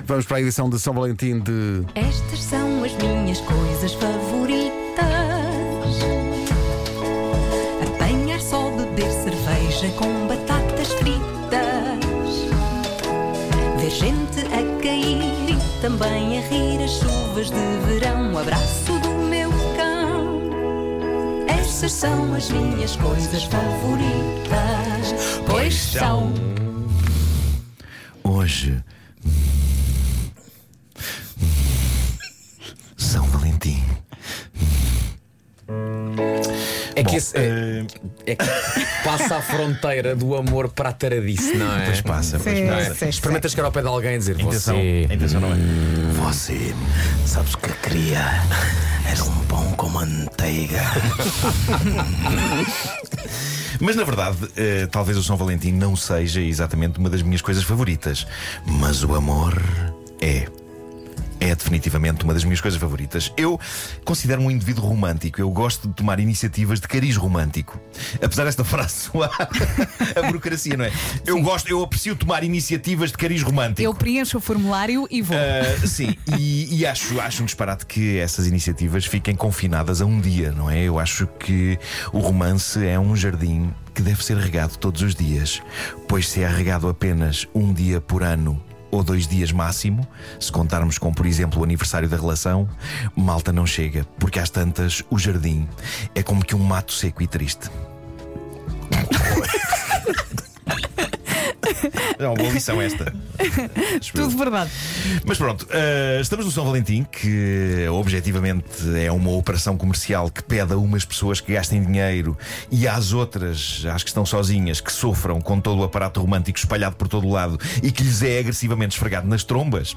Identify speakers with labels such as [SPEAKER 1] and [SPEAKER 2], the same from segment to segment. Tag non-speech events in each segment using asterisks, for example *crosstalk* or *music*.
[SPEAKER 1] vamos para a edição de São Valentim de.
[SPEAKER 2] Estas são as minhas coisas favoritas: apanhar só, beber cerveja com batatas fritas, ver gente a cair e também a rir as chuvas de verão. O abraço do meu cão. Estas são as minhas coisas favoritas, pois são.
[SPEAKER 3] Hoje. São Valentim.
[SPEAKER 4] É
[SPEAKER 3] Bom,
[SPEAKER 4] que, esse, é,
[SPEAKER 1] eh,
[SPEAKER 4] é que passa a fronteira do amor para a taradice, não é?
[SPEAKER 3] Pois passa, pois
[SPEAKER 5] Sim,
[SPEAKER 3] passa.
[SPEAKER 5] sim, sim.
[SPEAKER 4] Experimenta chegar ao pé de alguém e dizer
[SPEAKER 3] Intenção,
[SPEAKER 4] você.
[SPEAKER 3] a intenção não é. Você, sabes o que eu queria? Era um pão com manteiga. *laughs* Mas na verdade, eh, talvez o São Valentim não seja exatamente uma das minhas coisas favoritas. Mas o amor é. É definitivamente uma das minhas coisas favoritas. Eu considero-me um indivíduo romântico. Eu gosto de tomar iniciativas de cariz romântico. Apesar desta frase soar *laughs* a burocracia, não é? Eu gosto, eu aprecio tomar iniciativas de cariz romântico.
[SPEAKER 5] Eu preencho o formulário e vou.
[SPEAKER 3] Ah, sim, e, e acho, acho um disparate que essas iniciativas fiquem confinadas a um dia, não é? Eu acho que o romance é um jardim que deve ser regado todos os dias, pois se é regado apenas um dia por ano. Ou dois dias máximo, se contarmos com, por exemplo, o aniversário da relação, malta não chega, porque às tantas o jardim é como que um mato seco e triste. É uma boa lição esta. Acho eu.
[SPEAKER 5] Tudo verdade.
[SPEAKER 3] Mas pronto, eh, estamos no São Valentim, que objetivamente é uma operação comercial que pede a umas pessoas que gastem dinheiro e às outras, às que estão sozinhas, que sofram com todo o aparato romântico espalhado por todo o lado e que lhes é agressivamente esfregado nas trombas.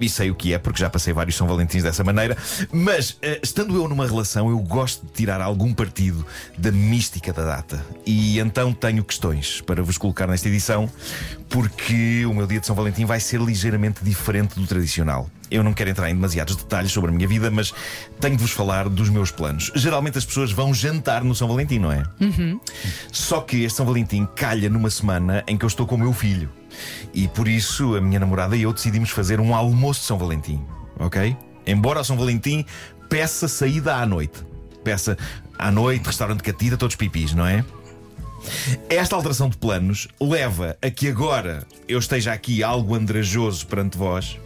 [SPEAKER 3] E sei o que é, porque já passei vários São Valentins dessa maneira. Mas eh, estando eu numa relação, eu gosto de tirar algum partido da mística da data. E então tenho questões para vos colocar nesta edição, porque o meu dia de São Valentim vai ser ligeiramente diferente do tradicional. Eu não quero entrar em demasiados detalhes sobre a minha vida, mas tenho de vos falar dos meus planos. Geralmente as pessoas vão jantar no São Valentim, não é? Só que este São Valentim calha numa semana em que eu estou com o meu filho. E por isso a minha namorada e eu decidimos fazer um almoço de São Valentim, ok? Embora o São Valentim peça saída à noite. Peça à noite, restaurante catira, todos pipis, não é? Esta alteração de planos leva a que agora eu esteja aqui algo andrajoso perante vós,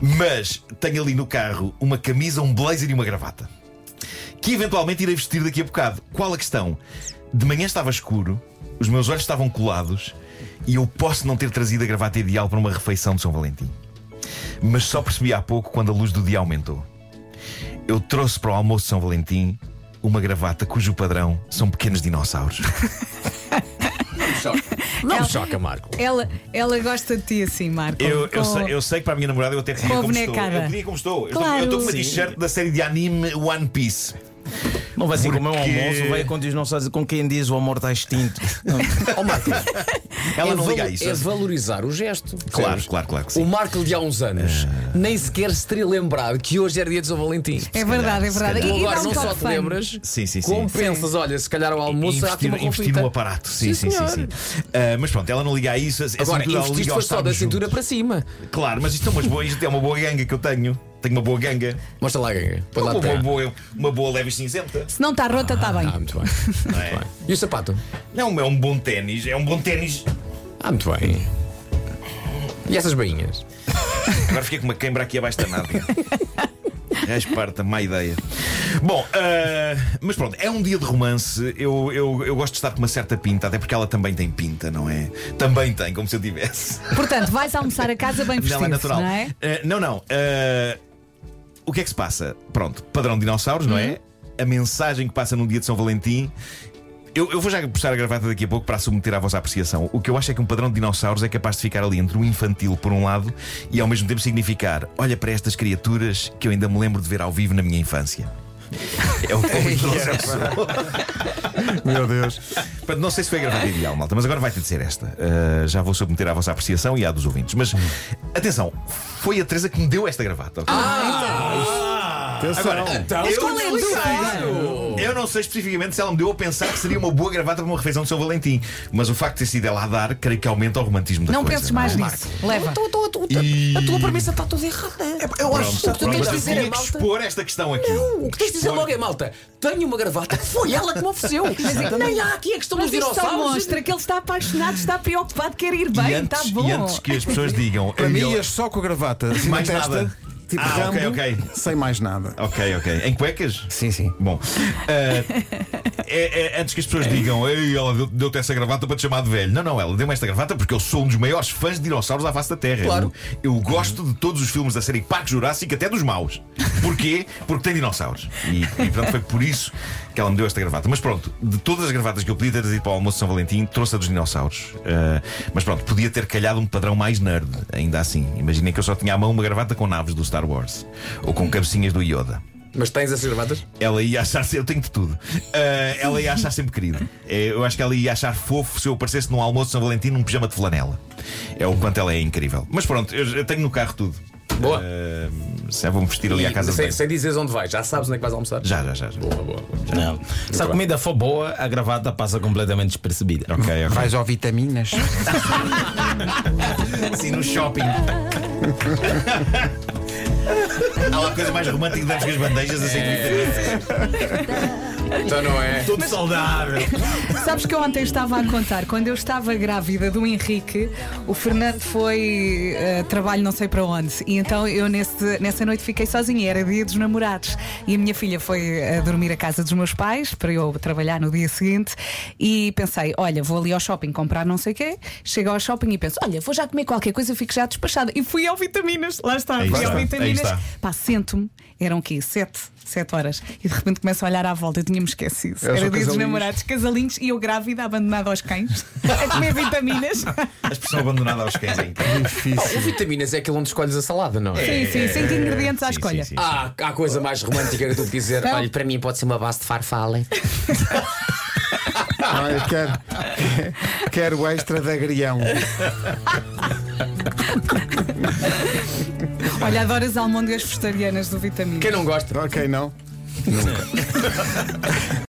[SPEAKER 3] mas tenho ali no carro uma camisa, um blazer e uma gravata. Que eventualmente irei vestir daqui a bocado. Qual a questão? De manhã estava escuro, os meus olhos estavam colados e eu posso não ter trazido a gravata ideal para uma refeição de São Valentim. Mas só percebi há pouco quando a luz do dia aumentou. Eu trouxe para o almoço de São Valentim uma gravata cujo padrão são pequenos dinossauros.
[SPEAKER 4] Não me choca, Marco.
[SPEAKER 5] Ela, ela gosta de ti assim, Marco.
[SPEAKER 3] Eu,
[SPEAKER 5] Com-
[SPEAKER 3] eu, sei, eu sei que para a minha namorada eu até diria
[SPEAKER 5] com a
[SPEAKER 3] como estou.
[SPEAKER 5] bonecada.
[SPEAKER 3] Eu diria como estou. Eu estou-
[SPEAKER 5] Claro.
[SPEAKER 3] Eu estou com uma
[SPEAKER 5] Sim.
[SPEAKER 3] t-shirt da série de anime One Piece.
[SPEAKER 6] Não vai ser como
[SPEAKER 3] Porque-
[SPEAKER 6] é um almoço, vai com, diz, não sabes, com quem diz o amor está extinto.
[SPEAKER 4] Ó, Marco,
[SPEAKER 3] Ela
[SPEAKER 4] é
[SPEAKER 3] não liga a
[SPEAKER 4] valo-
[SPEAKER 3] isso.
[SPEAKER 4] É valorizar o gesto.
[SPEAKER 3] Claro,
[SPEAKER 4] Percebes?
[SPEAKER 3] claro, claro que sim.
[SPEAKER 4] O Marco de há uns anos nem sequer se teria lembrado que hoje era dia de São Valentim.
[SPEAKER 5] É verdade, é verdade.
[SPEAKER 4] Tu
[SPEAKER 5] E, e dá
[SPEAKER 4] agora
[SPEAKER 5] um
[SPEAKER 4] não
[SPEAKER 5] toque
[SPEAKER 4] só te
[SPEAKER 5] fun.
[SPEAKER 4] lembras,
[SPEAKER 3] Sim, sim, sim.
[SPEAKER 4] como pensas, olha, se calhar o almoço há aqui
[SPEAKER 3] investir,
[SPEAKER 4] uma
[SPEAKER 3] investir
[SPEAKER 4] conflita.
[SPEAKER 3] no aparato. Sim,
[SPEAKER 4] um Sim,
[SPEAKER 3] sim, sim. sim,
[SPEAKER 4] senhor.
[SPEAKER 3] Ah, mas pronto, ela não liga a isso. acima
[SPEAKER 4] Agora,
[SPEAKER 3] de tudo, ela
[SPEAKER 4] investiste
[SPEAKER 3] liga
[SPEAKER 4] foi
[SPEAKER 3] aos
[SPEAKER 4] só da
[SPEAKER 3] estarmos
[SPEAKER 4] cintura
[SPEAKER 3] juntos.
[SPEAKER 4] para cima.
[SPEAKER 3] Claro, mas isto é, umas boas, isto é uma boa ganga que eu tenho. Tenho uma boa ganga.
[SPEAKER 4] Mostra lá, Ganga. Põe lá
[SPEAKER 3] Uma,
[SPEAKER 4] de terra.
[SPEAKER 3] boa, uma boa leve e cinzenta.
[SPEAKER 5] Se não está rota, está bem.
[SPEAKER 4] Ah, muito bem.
[SPEAKER 3] Não é?
[SPEAKER 4] E o sapato?
[SPEAKER 3] Não, é um bom ténis. É um bom ténis.
[SPEAKER 4] Ah, muito bem. E essas bainhas?
[SPEAKER 3] Agora fiquei com uma queimbra aqui abaixo da nádega. É esparta, má ideia. Bom, ah, mas pronto, é um dia de romance. Eu, eu, eu gosto de estar com uma certa pinta, até porque ela também tem pinta, não é? Também tem, como se eu tivesse.
[SPEAKER 5] Portanto, vais almoçar a casa bem vestido,
[SPEAKER 3] Não é natural.
[SPEAKER 5] não é?
[SPEAKER 3] Ah, não, não. ah, o que é que se passa? Pronto, padrão de dinossauros, não é? A mensagem que passa num dia de São Valentim. Eu, eu vou já puxar a gravata daqui a pouco para a submeter à vossa apreciação. O que eu acho é que um padrão de dinossauros é capaz de ficar ali entre o infantil, por um lado, e ao mesmo tempo significar: olha para estas criaturas que eu ainda me lembro de ver ao vivo na minha infância. É o que *laughs* eu
[SPEAKER 1] Meu Deus.
[SPEAKER 3] Portanto, não sei se foi a gravata ideal, malta, mas agora vai ter de ser esta. Uh, já vou submeter à vossa apreciação e à dos ouvintes. Mas atenção, foi a Teresa que me deu esta gravata. ok?
[SPEAKER 1] Atenção.
[SPEAKER 4] Então,
[SPEAKER 3] Eu
[SPEAKER 5] qual é a
[SPEAKER 3] não sei.
[SPEAKER 4] dúvida?
[SPEAKER 3] Eu não sei especificamente se ela me deu a pensar que seria uma boa gravata para uma refeição de São Valentim, mas o facto de ter sido ela a dar, creio que aumenta o romantismo da
[SPEAKER 5] Não
[SPEAKER 3] coisa. é?
[SPEAKER 5] penses mais nisso. Leva.
[SPEAKER 3] E-
[SPEAKER 7] A tua premissa está toda errada.
[SPEAKER 4] eu
[SPEAKER 3] Pronto,
[SPEAKER 4] acho que tu
[SPEAKER 3] pronto,
[SPEAKER 4] queres
[SPEAKER 3] mas eu
[SPEAKER 4] dizer
[SPEAKER 3] tinha
[SPEAKER 4] é
[SPEAKER 3] que
[SPEAKER 4] malta.
[SPEAKER 3] expor esta questão aqui.
[SPEAKER 7] Não, o que
[SPEAKER 4] Tens de dizer
[SPEAKER 3] Expor-
[SPEAKER 4] logo é malta. Tenho uma gravata. Foi ela que me *laughs* ofereceu. Nem há aqui a questão dos
[SPEAKER 5] Mas isto só
[SPEAKER 4] dinossauros.
[SPEAKER 5] mostra que ele está apaixonado, está preocupado, quer ir
[SPEAKER 3] e
[SPEAKER 5] bem, está
[SPEAKER 3] antes,
[SPEAKER 5] bom.
[SPEAKER 3] e antes que as pessoas digam.
[SPEAKER 1] Para
[SPEAKER 3] é
[SPEAKER 1] mim,
[SPEAKER 3] melhor-
[SPEAKER 1] ias só com a gravata. Assim,
[SPEAKER 3] Mais
[SPEAKER 1] na testa,
[SPEAKER 3] nada.
[SPEAKER 1] Tipo
[SPEAKER 3] Ah,
[SPEAKER 1] Rambo,
[SPEAKER 3] ok, ok.
[SPEAKER 1] sem mais nada.
[SPEAKER 3] Ok, ok. Em cuecas?
[SPEAKER 1] Sim, sim.
[SPEAKER 3] Bom, eh, é- é- antes que as pessoas digam, Ei, ela deu- deu-te essa gravata para te chamar de velho. Não, não, ela deu-me esta gravata porque eu sou um dos maiores fãs de dinossauros à face da Terra.
[SPEAKER 4] Claro.
[SPEAKER 3] Eu, eu gosto de todos os filmes da série Parque Jurássico, até dos maus. Porquê? Porque tem dinossauros. E, e portanto foi por isso que ela me deu esta gravata. Mas pronto, de todas as gravatas que eu podia ter trazido para o almoço de São Valentim, trouxe a dos dinossauros. Eh, mas pronto, podia ter calhado um padrão mais nerd, ainda assim. Imaginem que eu só tinha à mão uma gravata com naves do Star Wars ou com cabecinhas do Yoda.
[SPEAKER 4] Mas tens essas gravatas?
[SPEAKER 3] Ela ia achar eu tenho de tudo. Ah, ela ia achar sempre querido. Eh, Eu acho que ela ia achar fofo se eu aparecesse num almoço de São Valentim num pijama de flanela. É o quanto ela é incrível. Mas pronto, eu, eu tenho no carro tudo.
[SPEAKER 4] Boa.
[SPEAKER 3] Ah, se é, vou-me vestir ali à casa de
[SPEAKER 4] sem,
[SPEAKER 3] banho.
[SPEAKER 4] sem dizeres onde vais, já sabes onde é que vais almoçar?
[SPEAKER 3] Já, já, já. já.
[SPEAKER 4] Boa, boa.
[SPEAKER 6] Não. Se a
[SPEAKER 4] bem.
[SPEAKER 6] comida for boa, a gravata passa completamente despercebida.
[SPEAKER 3] Ok, ok.
[SPEAKER 1] ao
[SPEAKER 3] *laughs*
[SPEAKER 1] vitaminas.
[SPEAKER 3] Assim no shopping. *laughs* Há uma coisa mais romântica do que as bandejas assim.
[SPEAKER 4] Então não é.
[SPEAKER 3] Tudo saudável.
[SPEAKER 5] Sabes que eu ontem estava a contar, quando eu estava grávida do Henrique, o Fernando foi eh, trabalho não sei para onde. E então eu nesse- nessa noite fiquei sozinha, era dia dos namorados. E a minha filha foi a dormir à casa dos meus pais para eu trabalhar no dia seguinte. E pensei, olha, vou ali ao shopping comprar não sei o quê. Chego ao shopping e penso, olha, vou já comer qualquer coisa, fico já despachada. E fui ao vitaminas, lá está,
[SPEAKER 3] Aí
[SPEAKER 5] fui
[SPEAKER 3] está,
[SPEAKER 5] ao
[SPEAKER 3] aí
[SPEAKER 5] vitaminas.
[SPEAKER 3] está.
[SPEAKER 5] Pá, sento-me, eram o quê? Sete, sete horas. E de repente começo a olhar à volta, eu tinha-me esquecido.
[SPEAKER 1] Era só
[SPEAKER 5] Era dia dos
[SPEAKER 1] casalinhos.
[SPEAKER 5] namorados, casalinhos e eu grávida, abandonada aos cães, *laughs* a comer vitaminas.
[SPEAKER 3] A expressão abandonada aos cães é incrível.
[SPEAKER 4] O vitaminas é aquele onde escolhes a salada, não é? Ah,
[SPEAKER 5] Sim, sim, cinco ingredientes à
[SPEAKER 3] Sim,
[SPEAKER 5] escolha.
[SPEAKER 3] sim, sim, sim.
[SPEAKER 4] Há, há coisa mais romântica que tu dizer,
[SPEAKER 5] Não.
[SPEAKER 4] olha, para mim pode ser uma base de farfala.
[SPEAKER 1] Ah, eu quero, quero o extra de agrião.
[SPEAKER 5] Olha, adoro as almôndegas vegetarianas do vitaminas.
[SPEAKER 4] Quem não gosta?
[SPEAKER 1] Ok, não?